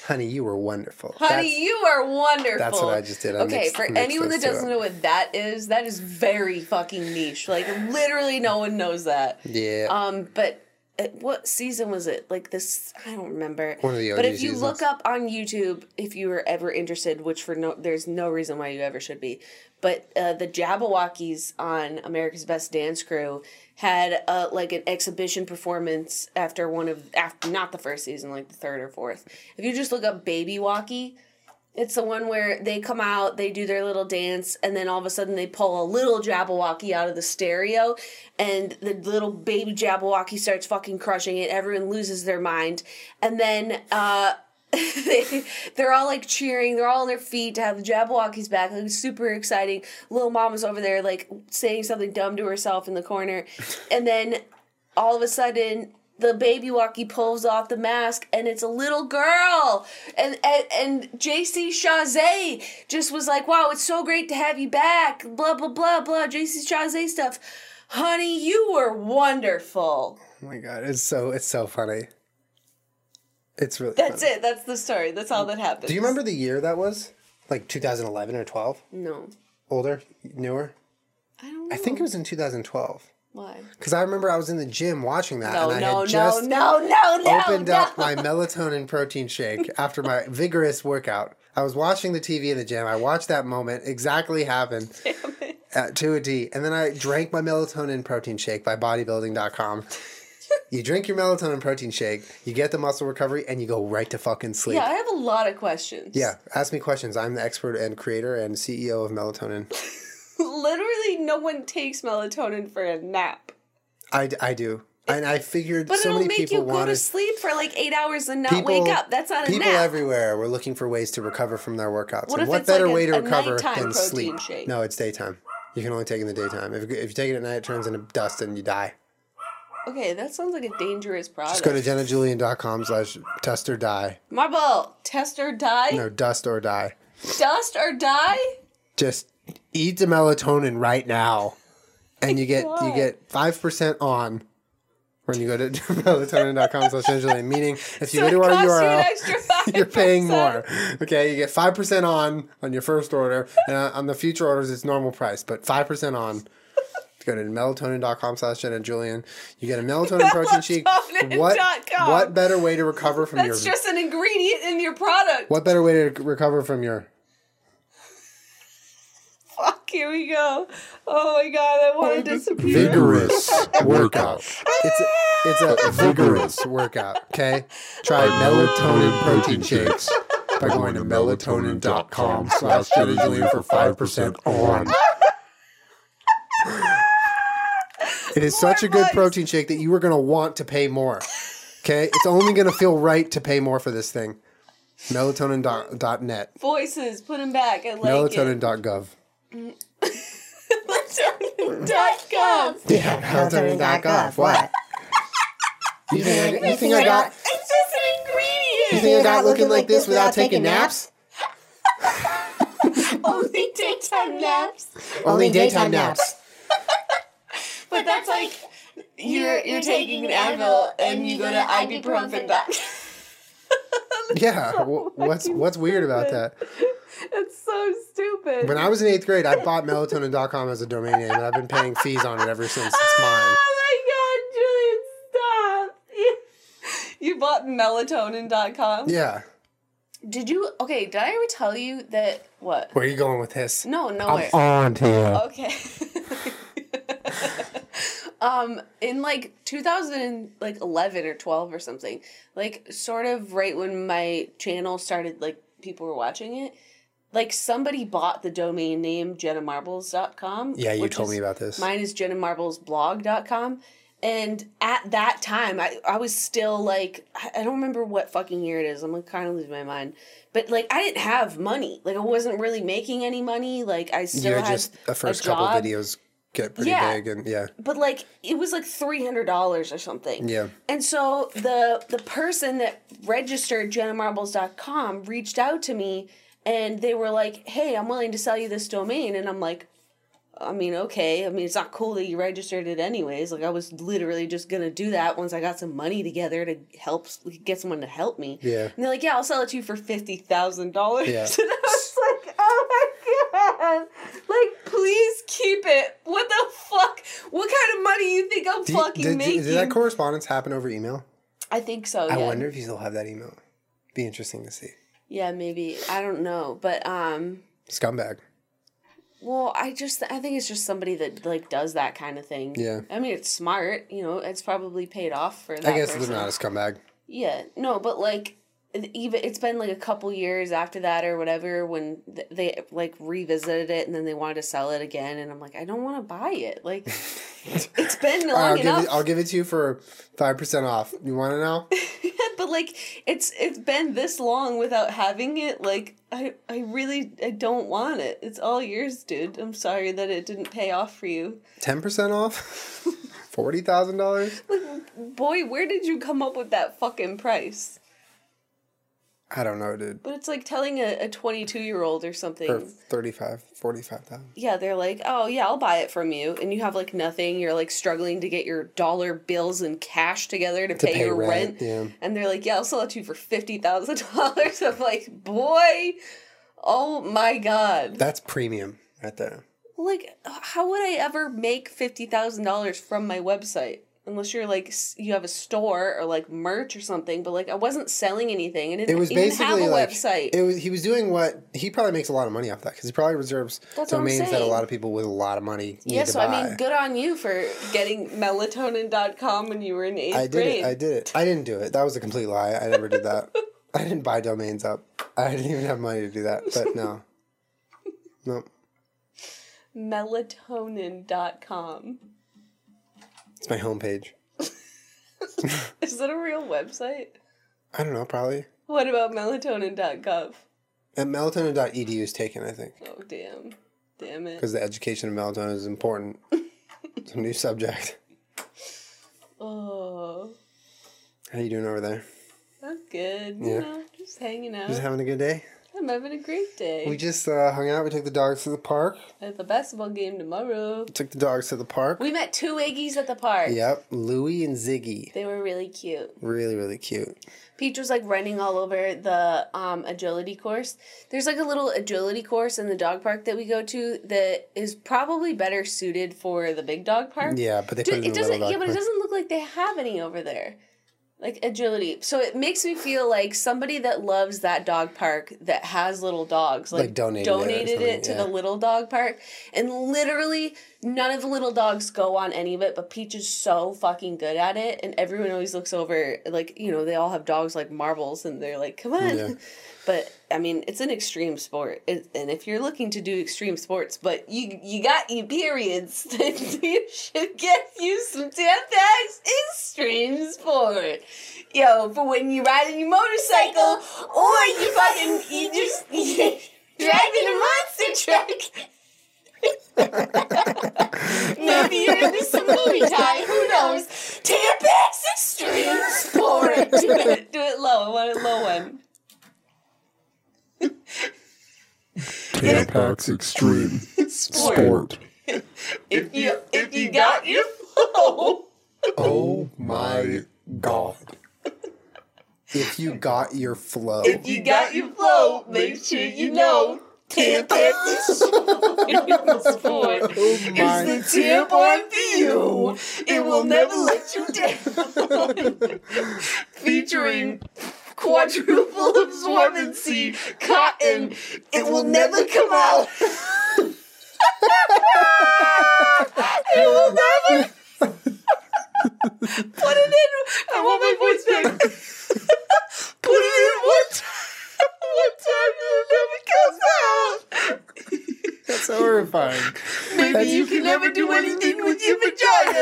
Speaker 2: Honey, you were wonderful.
Speaker 3: honey
Speaker 2: That's-
Speaker 3: you are wonderful
Speaker 2: that's what I just did. I
Speaker 3: okay
Speaker 2: mixed-
Speaker 3: for
Speaker 2: mixed
Speaker 3: anyone
Speaker 2: those
Speaker 3: that
Speaker 2: two
Speaker 3: doesn't
Speaker 2: up.
Speaker 3: know what that is that is very fucking niche like literally no one knows that
Speaker 2: Yeah.
Speaker 3: Um, but at what season was it? Like this, I don't remember.
Speaker 2: One of the
Speaker 3: but
Speaker 2: OG
Speaker 3: if you look up on YouTube, if you were ever interested, which for no, there's no reason why you ever should be. But uh, the Jabberwockies on America's Best Dance Crew had uh, like an exhibition performance after one of after not the first season, like the third or fourth. If you just look up Baby Walkie. It's the one where they come out, they do their little dance, and then all of a sudden they pull a little Jabberwocky out of the stereo, and the little baby Jabberwocky starts fucking crushing it. Everyone loses their mind, and then uh, [laughs] they, they're all like cheering, they're all on their feet to have the Jabberwockies back. Like super exciting. Little mama's over there like saying something dumb to herself in the corner, and then all of a sudden the baby walkie pulls off the mask and it's a little girl and and, and jc Chazé just was like wow it's so great to have you back blah blah blah blah jc Chazé stuff honey you were wonderful
Speaker 2: oh my god, it's so it's so funny. It's really.
Speaker 3: that's
Speaker 2: funny.
Speaker 3: it that's the story that's all that happened
Speaker 2: Do you remember the year that was? Like 2011 or 12?
Speaker 3: no
Speaker 2: Older, newer.
Speaker 3: i don't know
Speaker 2: I think it was in 2012.
Speaker 3: Why?
Speaker 2: Because I remember I was in the gym watching that,
Speaker 3: No,
Speaker 2: and I
Speaker 3: no,
Speaker 2: had
Speaker 3: no,
Speaker 2: just
Speaker 3: no, no, no.
Speaker 2: opened
Speaker 3: Oh, no.
Speaker 2: up my melatonin protein
Speaker 3: [laughs]
Speaker 2: shake after my vigorous workout. I was watching the TV in the gym. I watched that moment exactly
Speaker 3: [laughs]
Speaker 2: happen uh, to a D. And then I drank my melatonin protein shake by
Speaker 3: [laughs]
Speaker 2: bodybuilding.com. you drink your melatonin protein shake, you get the muscle recovery, and you go right to fucking sleep.
Speaker 3: Yeah, I have a lot of questions.
Speaker 2: yeah. Ask me questions. I'm the expert and creator and CEO of melatonin.
Speaker 3: [laughs] Literally, no one takes melatonin for a nap.
Speaker 2: I, d- I do. And I figured
Speaker 3: But
Speaker 2: so
Speaker 3: it'll
Speaker 2: many
Speaker 3: make
Speaker 2: people
Speaker 3: you go to
Speaker 2: wanted.
Speaker 3: sleep for like eight hours and not
Speaker 2: People-
Speaker 3: wake up. That's not a
Speaker 2: People
Speaker 3: nap.
Speaker 2: everywhere were looking for ways to recover from their workouts.
Speaker 3: What
Speaker 2: and
Speaker 3: if
Speaker 2: what
Speaker 3: it's like
Speaker 2: better
Speaker 3: a-
Speaker 2: way to
Speaker 3: a
Speaker 2: recover
Speaker 3: nighttime
Speaker 2: than
Speaker 3: protein
Speaker 2: sleep?
Speaker 3: shake?
Speaker 2: No, it's daytime. You can only take it in the daytime. If, if you take it at night, it turns into dust and you die.
Speaker 3: okay, that sounds like a dangerous
Speaker 2: Just
Speaker 3: product.
Speaker 2: go to jennajulian.com slash test or die.
Speaker 3: Marble, test or die,
Speaker 2: No, dust or die.
Speaker 3: dust or die.
Speaker 2: Just eat the melatonin right now. And you get you
Speaker 3: God.
Speaker 2: get 5% on when you go to [laughs] melatonin.com slash Jennajulian. Meaning, if you
Speaker 3: So
Speaker 2: go to
Speaker 3: it
Speaker 2: our
Speaker 3: costs you an
Speaker 2: URL,
Speaker 3: extra
Speaker 2: [laughs]
Speaker 3: five.
Speaker 2: you're paying more. Okay, you get five percent on on your first order, and uh, on the future orders it's normal price, but five percent on. Go to melatonin.com slash Jen and Julian. You get a melatonin protein shake. What,
Speaker 3: Melatonin.com.
Speaker 2: what better way to recover from
Speaker 3: It's
Speaker 2: your
Speaker 3: just an ingredient in your product.
Speaker 2: what better way to recover from your
Speaker 3: Fuck, here we go. Oh my god, I want to disappear.
Speaker 2: vigorous workout? It's a, [laughs] it's a vigorous workout. Okay, try melatonin protein shakes by going to melatonin.com slash Jen and Julian for five percent on. It is such a good
Speaker 3: bucks.
Speaker 2: protein shake that you are going to want to pay more. Okay? It's only going to feel right to pay more for this thing. Melatonin.net.
Speaker 3: Voices, put them back. I like it.
Speaker 2: Melatonin.gov.
Speaker 3: [laughs] Melatonin.com.
Speaker 2: Yeah,
Speaker 4: melatonin.gov. What?
Speaker 2: You think I, you think I got
Speaker 3: It's just an
Speaker 2: you
Speaker 3: ingredient.
Speaker 2: think I got looking like this without taking naps?
Speaker 3: Only daytime naps.
Speaker 2: Only daytime naps.
Speaker 3: But that's like you're you're taking an Advil and you go to ibuprofen.
Speaker 2: [laughs] Yeah, wh- what's what's weird
Speaker 3: [laughs]
Speaker 2: about that?
Speaker 3: [laughs] That's so stupid.
Speaker 2: When I was in 8th grade, I bought melatonin.com as a domain name and I've been paying fees on it ever since. It's
Speaker 3: [laughs]
Speaker 2: mine.
Speaker 3: Oh my god, Julian, stop. [laughs] You bought melatonin.com?
Speaker 2: Yeah.
Speaker 3: Did you okay, did I ever tell you that what?
Speaker 2: Where are you going with this?
Speaker 3: No, Oh, nowhere.
Speaker 2: On to you.
Speaker 3: Okay. [laughs] um in like 2000 like 11 or 12 or something like sort of right when my channel started like people were watching it like somebody bought the domain name jennamarbles.com
Speaker 2: Yeah, you
Speaker 3: which
Speaker 2: told
Speaker 3: is-
Speaker 2: me about this.
Speaker 3: Mine is jennamarblesblog.com. And at that time, I, I was still like, I I don't remember what fucking year it is. I'm like, kind of losing my mind. But like, I didn't have money. Like, I wasn't really making any money. Like, I still
Speaker 2: Yeah,
Speaker 3: had
Speaker 2: just the first
Speaker 3: a
Speaker 2: couple
Speaker 3: job.
Speaker 2: videos get pretty
Speaker 3: Yeah.
Speaker 2: big and yeah.
Speaker 3: But like, it was like $300 or something.
Speaker 2: Yeah.
Speaker 3: And so the the person that registered jennamarbles.com reached out to me and they were like, "Hey, I'm willing to sell you this domain." And I'm like, I mean, okay. I mean, it's not cool that you registered it anyways. Like I was literally just going to do that once I got some money together to help get someone to help me.
Speaker 2: Yeah.
Speaker 3: And they're like, "Yeah, I'll sell it to you for [laughs] $50,000."
Speaker 2: Yeah.
Speaker 3: And I was like, "Oh my god. Like please keep it. What the fuck? What kind of money you think I'm
Speaker 2: Do you-
Speaker 3: fucking
Speaker 2: did,
Speaker 3: making?"
Speaker 2: did that correspondence happen over email?
Speaker 3: I think so.
Speaker 2: I
Speaker 3: yeah.
Speaker 2: wonder if you still have that email. Be interesting to see.
Speaker 3: Yeah, maybe. I don't know, but um
Speaker 2: Scumbag.
Speaker 3: well, I just I think it's just somebody that like does that kind of thing.
Speaker 2: Yeah.
Speaker 3: I mean, it's smart, you know, it's probably paid off for that.
Speaker 2: I guess
Speaker 3: person.
Speaker 2: they're not a scumbag.
Speaker 3: Yeah. No, but like it- even it's been like a couple years after that or whatever when th- they like revisited it and then they wanted to sell it again and I'm like I don't want to buy it.
Speaker 2: [laughs]
Speaker 3: Like it's been long
Speaker 2: I'll
Speaker 3: enough.
Speaker 2: give, it, I'll give it to you for five percent off. You want to know?
Speaker 3: [laughs] but like it's it's been this long without having it like i i really i don't want it it's all yours dude i'm sorry that it didn't pay off for you
Speaker 2: Ten percent off. [laughs] Forty thousand dollars.
Speaker 3: boy where did you come up with that fucking price
Speaker 2: I don't know, dude.
Speaker 3: but it's like telling a, a 22 year old or something
Speaker 2: Or 35, 45,000.
Speaker 3: yeah they're like oh yeah i'll buy it from you and you have like nothing you're like struggling to get your dollar bills and cash together to, pay,
Speaker 2: pay
Speaker 3: your
Speaker 2: rent,
Speaker 3: rent,
Speaker 2: yeah.
Speaker 3: and they're like yeah i'll sell it to you for [laughs] $50000 i'm like boy oh my god
Speaker 2: That's premium right there.
Speaker 3: like how would i ever make $50000 from my website unless you're like s- you have a store or like merch or something but like i wasn't selling anything and didn't
Speaker 2: It was
Speaker 3: even
Speaker 2: basically
Speaker 3: have a
Speaker 2: like
Speaker 3: website
Speaker 2: it was. He was doing what he probably makes a lot of money off that because he probably reserves
Speaker 3: That's what I'm
Speaker 2: domains that a
Speaker 3: saying.
Speaker 2: lot of people with a lot of money need
Speaker 3: yeah
Speaker 2: to
Speaker 3: so
Speaker 2: buy.
Speaker 3: i mean good on you for getting melatonin.com when you were in eighth
Speaker 2: I did
Speaker 3: grade
Speaker 2: it. I did it. I didn't do it. That was a complete lie. I never did that. [laughs] I didn't buy domains up. I didn't even have money to do that. But no, [laughs] no,
Speaker 3: melatonin.com
Speaker 2: it's my homepage.
Speaker 3: is that a real website
Speaker 2: I don't know. Probably
Speaker 3: what about melatonin.gov
Speaker 2: at melatonin.edu E is taken. I think
Speaker 3: oh damn damn it
Speaker 2: because the education of melatonin is
Speaker 3: [laughs]
Speaker 2: important. it's a new subject.
Speaker 3: oh
Speaker 2: How you doing over there?
Speaker 3: that's good
Speaker 2: Yeah.
Speaker 3: you know just hanging out
Speaker 2: Just having a good day.
Speaker 3: i'm having a great day
Speaker 2: We just uh, hung out. We took the dogs to the park.
Speaker 3: at the basketball game tomorrow.
Speaker 2: Took the dogs to the park.
Speaker 3: We met two Iggies at the park.
Speaker 2: Yep, Louie and Ziggy.
Speaker 3: They were really cute.
Speaker 2: Really, really cute.
Speaker 3: Peach was like running all over the um, agility course. There's like a little agility course in the dog park that we go to that is probably better suited for the big dog park.
Speaker 2: Yeah, but they
Speaker 3: Do-
Speaker 2: put it in
Speaker 3: it
Speaker 2: a little
Speaker 3: doesn't.
Speaker 2: dog
Speaker 3: Yeah, but it
Speaker 2: park.
Speaker 3: doesn't look like they have any over there. Like agility, so it makes me feel like somebody that loves that dog park that has little dogs, like,
Speaker 2: Like, donated it or
Speaker 3: donated
Speaker 2: something,
Speaker 3: it to the
Speaker 2: yeah.
Speaker 3: little dog park, and literally none of the little dogs go on any of it. But Peach is so fucking good at it, and everyone always looks over, like you know, they all have dogs like marbles, and they're like, "Come on."
Speaker 2: Yeah.
Speaker 3: [laughs] But I mean, it's an extreme sport, it, and if you're looking to do extreme sports, but you you got your periods, [laughs] then you should get you some Tampax extreme sport. Yo, for when you riding your motorcycle, or you fucking you just [laughs] you driving a monster truck. Maybe you're into some movie time. Who knows? Tampax extreme sport. Do it, do it low. I want a low one.
Speaker 2: [laughs]
Speaker 5: Tampax Extreme Sport.
Speaker 3: Sport. If you if you got your flow.
Speaker 2: Oh
Speaker 5: My God.
Speaker 2: [laughs] If you got your flow.
Speaker 3: If you got your flow, make sure you know. Tampax sport
Speaker 2: Oh
Speaker 3: is the tip on you. It will never let you [laughs] down. Featuring [laughs] quadruple absorbency cotton, it will never come out. it will never. Put it in. I want my voice [laughs] back. Put it in one time. One time it will never come out.
Speaker 2: That's horrifying.
Speaker 3: Maybe
Speaker 2: That's-
Speaker 3: you can never do anything with your vagina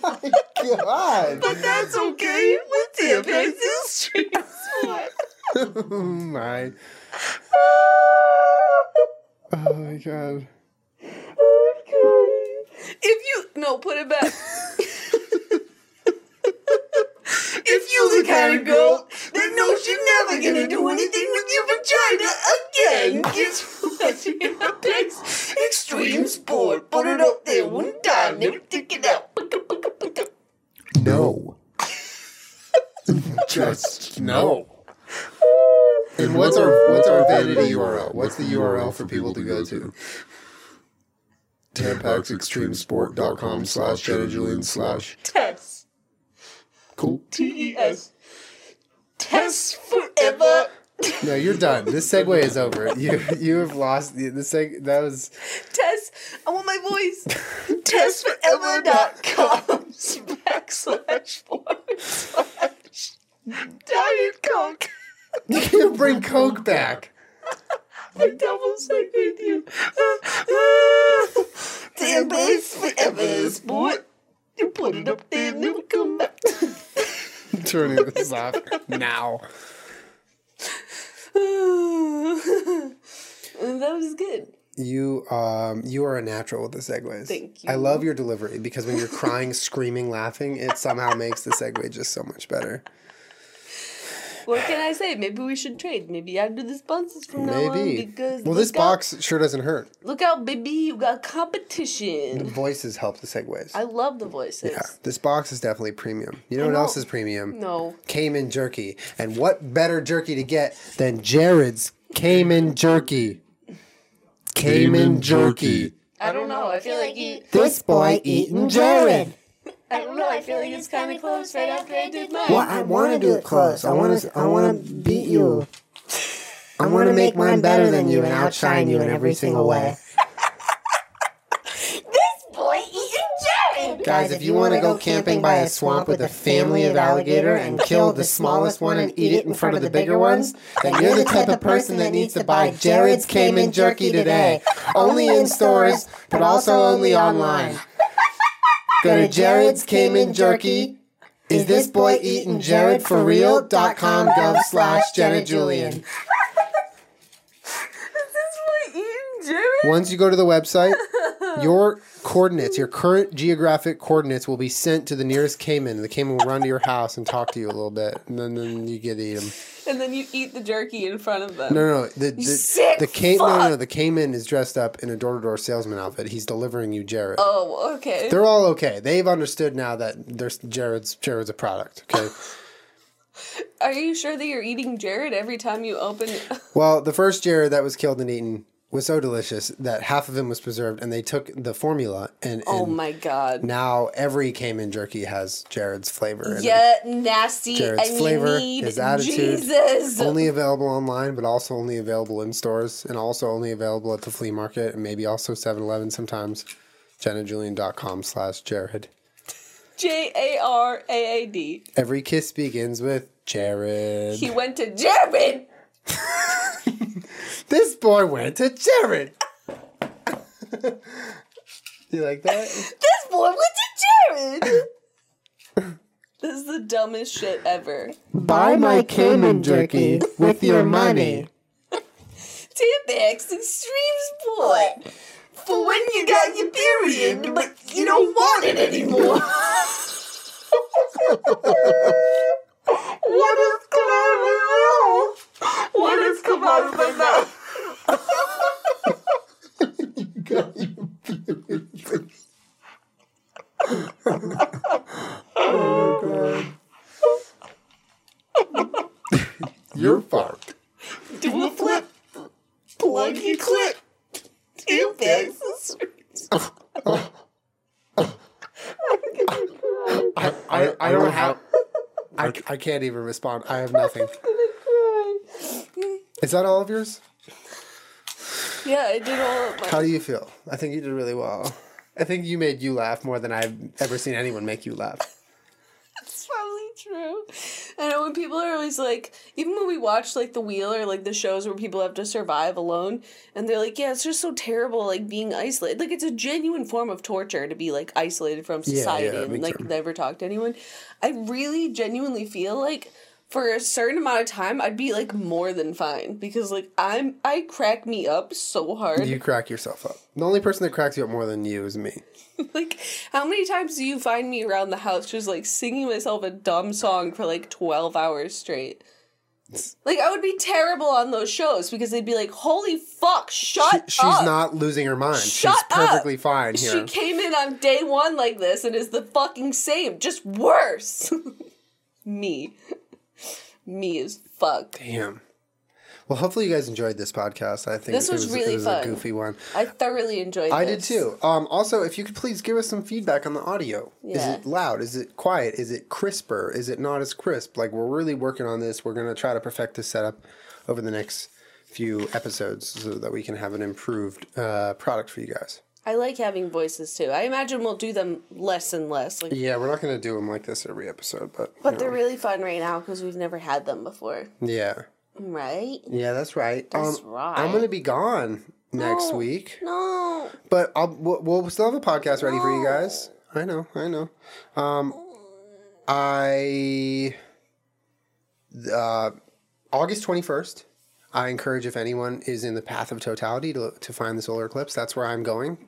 Speaker 3: [laughs] again.
Speaker 2: [laughs] God.
Speaker 3: But that's okay with Tampax is street sport.
Speaker 2: [laughs] Oh my. Oh my God.
Speaker 3: If you no, put it back. if you the kind of girl that knows you're never gonna do anything with your vagina again, guess what? Tampax extreme sport. Put it up there one time, never take it out.
Speaker 5: No. Just no.
Speaker 2: And what's our what's our vanity URL? What's the URL for people to go to?
Speaker 5: TampaxExtremeSport.com slash Jenna Julian slash
Speaker 3: Tess.
Speaker 5: cool.
Speaker 3: T E S. Tess forever.
Speaker 2: No, you're done. This segue is over. You you have lost the, the seg. That was [laughs]
Speaker 3: Tess, I want my [laughs] voice. TessForever.com backslash forward slash diet coke.
Speaker 2: you can't bring Coke back.
Speaker 3: I double check with you. Damn base forever sport. You put it up there, never come [laughs] back.
Speaker 2: [laughs] Turning this off now.
Speaker 3: [laughs] that was good.
Speaker 2: You um you are a natural with the segues.
Speaker 3: Thank
Speaker 2: I
Speaker 3: you.
Speaker 2: love your delivery because when you're crying, [laughs] screaming, laughing, it somehow makes the segue just so much better.
Speaker 3: What can I say? Maybe we should trade. Maybe I do the sponsors from now on
Speaker 2: Maybe.
Speaker 3: because
Speaker 2: well, this
Speaker 3: look out-
Speaker 2: box sure doesn't hurt.
Speaker 3: Look out, baby! You got competition.
Speaker 2: Voices help the segues.
Speaker 3: I love the voices.
Speaker 2: yeah, this box is definitely premium. You know
Speaker 3: I
Speaker 2: what
Speaker 3: know.
Speaker 2: else is premium?
Speaker 3: No.
Speaker 2: Cayman jerky. And what better jerky to get than Jared's Cayman jerky? Cayman jerky.
Speaker 3: I don't know. I feel like you.
Speaker 4: This boy eating Jared.
Speaker 3: I don't know. I feel like it's kind of close right after I did mine.
Speaker 4: What I want to do it close. I want to. I want to beat you. I want to make mine better than you and outshine you in every single way.
Speaker 6: This boy eating Jared.
Speaker 4: Guys, if you want to go camping by a swamp with a family of alligator and kill the smallest one and eat it in front of the bigger ones, then you're the type of person that needs to buy Jared's Cayman Jerky today. Only in stores, but also only online. Go to Jared's Cayman Jerky. Is this boy eating Jared for real? dot com gov slash Jenna Julian.
Speaker 3: This boy eating Jared.
Speaker 2: Once you go to the
Speaker 3: [laughs]
Speaker 2: website, your coordinates, your current geographic coordinates, will be sent to the nearest Cayman. The Cayman will run to your house and talk to you a little bit, and then, then you get to eat them.
Speaker 3: And then you eat the jerky in front of them.
Speaker 2: No, no, no, the the,
Speaker 3: sick
Speaker 2: the Cayman, no, no,
Speaker 3: fuck.
Speaker 2: the Cayman is dressed up in a door to door salesman outfit. He's delivering you Jared.
Speaker 3: Oh, okay.
Speaker 2: They're all okay. They've understood now that there's Jared's Jared's a product.
Speaker 3: [laughs]
Speaker 2: Okay.
Speaker 3: Are you sure that you're eating Jared every time you open? Oh
Speaker 2: Well, the first Jared that was killed and eaten was so delicious that half of him was preserved, and they took the formula and,
Speaker 3: Oh
Speaker 2: and
Speaker 3: my god.
Speaker 2: now every Cayman jerky has Jared's flavor. in it.
Speaker 3: Yeah, nasty.
Speaker 2: Jared's
Speaker 3: and
Speaker 2: flavor,
Speaker 3: you need
Speaker 2: his attitude,
Speaker 3: Jesus.
Speaker 2: Only available online, but also only available in stores, and also only available at the flea market, and maybe also 7-Eleven sometimes. JennaJulian.com slash Jared.
Speaker 3: J A R A A D.
Speaker 2: Every kiss begins with Jared.
Speaker 3: He went to Jared.
Speaker 2: this boy went to Jared. [laughs] you like that?
Speaker 3: This boy went to Jared.
Speaker 2: [laughs]
Speaker 3: this is the dumbest shit ever.
Speaker 4: Buy my Cayman Jerky with your money.
Speaker 3: Timex Extreme Sport. For when you got your period, but you don't want it anymore.
Speaker 6: What is come out of his mouth? What is come out of my mouth?
Speaker 2: You're fucked.
Speaker 6: Do a flip. Plug your clip. Two bags of sweets.
Speaker 2: I, I, I don't have. I, I can't even respond. [laughs] I have nothing. Is that all of yours?
Speaker 3: yeah, I did all of
Speaker 2: How
Speaker 3: my.
Speaker 2: do you feel? I think you did really well. I think you made you laugh more than I've ever seen anyone make you laugh.
Speaker 3: It's probably true. I know when people are always like, even when we watch like The Wheel or like the shows where people have to survive alone, and they're like, yeah, it's just so terrible, like being isolated. Like it's a genuine form of torture to be like isolated from society
Speaker 2: yeah, me
Speaker 3: and like
Speaker 2: too.
Speaker 3: never talk to anyone. I really genuinely feel like for a certain amount of time I'd be like more than fine because like I'm I crack me up so hard.
Speaker 2: You crack yourself up. The only person that cracks you up more than you is me.
Speaker 3: [laughs] Like, how many times do you find me around the house just like singing myself a dumb song for like 12 hours straight? Like, I would be terrible on those shows because they'd be like, holy fuck, shut
Speaker 2: She's
Speaker 3: up.
Speaker 2: not losing her mind.
Speaker 3: Oh, Shut
Speaker 2: She's
Speaker 3: up.
Speaker 2: perfectly fine
Speaker 3: She
Speaker 2: here.
Speaker 3: came in on day one like this and is the fucking same, just worse. [laughs] Me. Me is fucked.
Speaker 2: Damn. Well, hopefully you guys enjoyed this podcast. I think
Speaker 3: This was
Speaker 2: it was,
Speaker 3: really
Speaker 2: it was
Speaker 3: fun.
Speaker 2: a goofy one.
Speaker 3: I thoroughly enjoyed
Speaker 2: I did
Speaker 3: this.
Speaker 2: too. Um, also, if you could please give us some feedback on the audio.
Speaker 3: Yeah.
Speaker 2: Is it loud? Is it quiet? Is it crisper? Is it not as crisp? Like, we're really working on this. We're going to try to perfect this setup over the next few episodes so that we can have an improved uh, product for you guys.
Speaker 3: I like having voices too. I imagine we'll do them less and less. Like,
Speaker 2: Yeah, we're not going to do them like this every episode, but.
Speaker 3: But they're really fun right now because we've never had them before.
Speaker 2: yeah.
Speaker 3: Right?
Speaker 2: Yeah, that's right. Um,
Speaker 3: That's right. Oh.
Speaker 2: I'm going to be gone next
Speaker 3: No.
Speaker 2: week,
Speaker 3: No.
Speaker 2: but I'll, we'll, we'll still have a podcast ready for you guys. I know, I know. Um, I. uh, August 21st, I encourage if anyone is in the path of totality to, to find the solar eclipse. That's where I'm going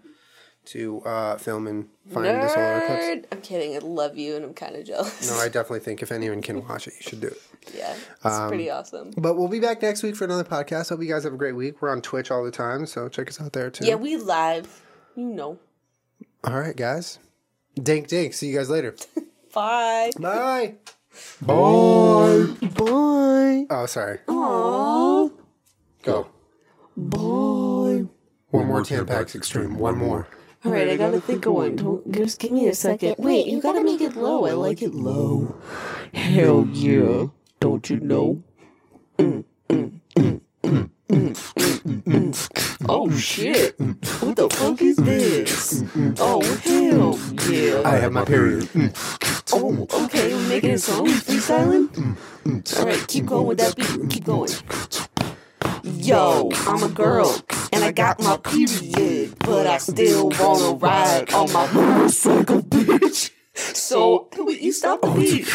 Speaker 2: to uh, film and find the solar eclipse.
Speaker 3: Nerd. I'm kidding. I love you, and I'm kind of jealous. [laughs]
Speaker 2: No, I definitely think if anyone can watch it, you should do it.
Speaker 3: yeah, it's pretty awesome.
Speaker 2: But we'll be back next week for another podcast. Hope you guys have a great week. We're on Twitch all the time, so check us out there too.
Speaker 3: Yeah, we live. You know.
Speaker 2: All right, guys. Dink dink. See you guys later.
Speaker 3: Bye.
Speaker 2: Bye.
Speaker 4: Boy.
Speaker 2: Oh, sorry.
Speaker 4: Oh.
Speaker 2: Go.
Speaker 4: Boy.
Speaker 2: One more Tampax Extreme. One more.
Speaker 3: All right, I gotta think of one. Don't- Just give me a second. Wait, you gotta make it low. I like it low. Hell yeah. Don't you know? Oh shit. What the fuck is this? Oh hell yeah.
Speaker 2: I have my period.
Speaker 3: Oh, okay, we're making a song. Freestyling? Alright, keep going with that beat. Keep going. Yo, I'm a girl, and I got my period, but I still wanna ride on my motorcycle, bitch. So, wait, you stop the beat.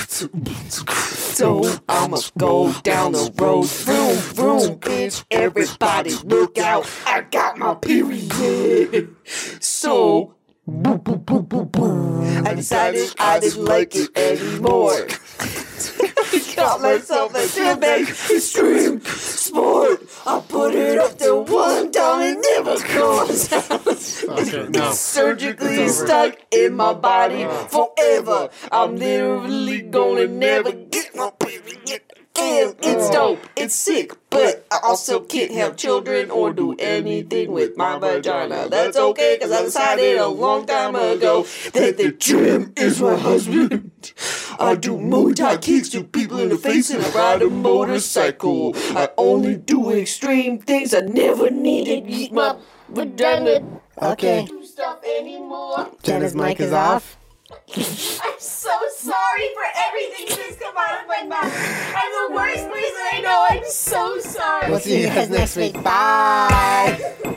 Speaker 3: So, I'ma go down the road, vroom, vroom, bitch. Everybody, look out, I got my period. So, I decided I didn't like it anymore. Got myself a Timberlake Extreme Sport. I put it up to one time and [laughs] never comes out.
Speaker 2: Okay, no.
Speaker 3: Surgically stuck in my body forever. I'm literally gonna never get my period. again. It's dope, Oh. it's sick, but I also can't have children or do anything with my vagina. That's okay, cause I decided a long time ago that the gym is my [laughs] husband. I do Muay Thai kicks, shoot people in the face, and I ride a motorcycle. I only do extreme things I never needed. Eat my vagina
Speaker 4: Okay,
Speaker 3: stuff anymore.
Speaker 4: Jenna's mic is off.
Speaker 3: I'm so sorry for everything that's come out of my mouth. I'm the worst person I know. I'm so sorry.
Speaker 4: We'll see you guys next week. Bye.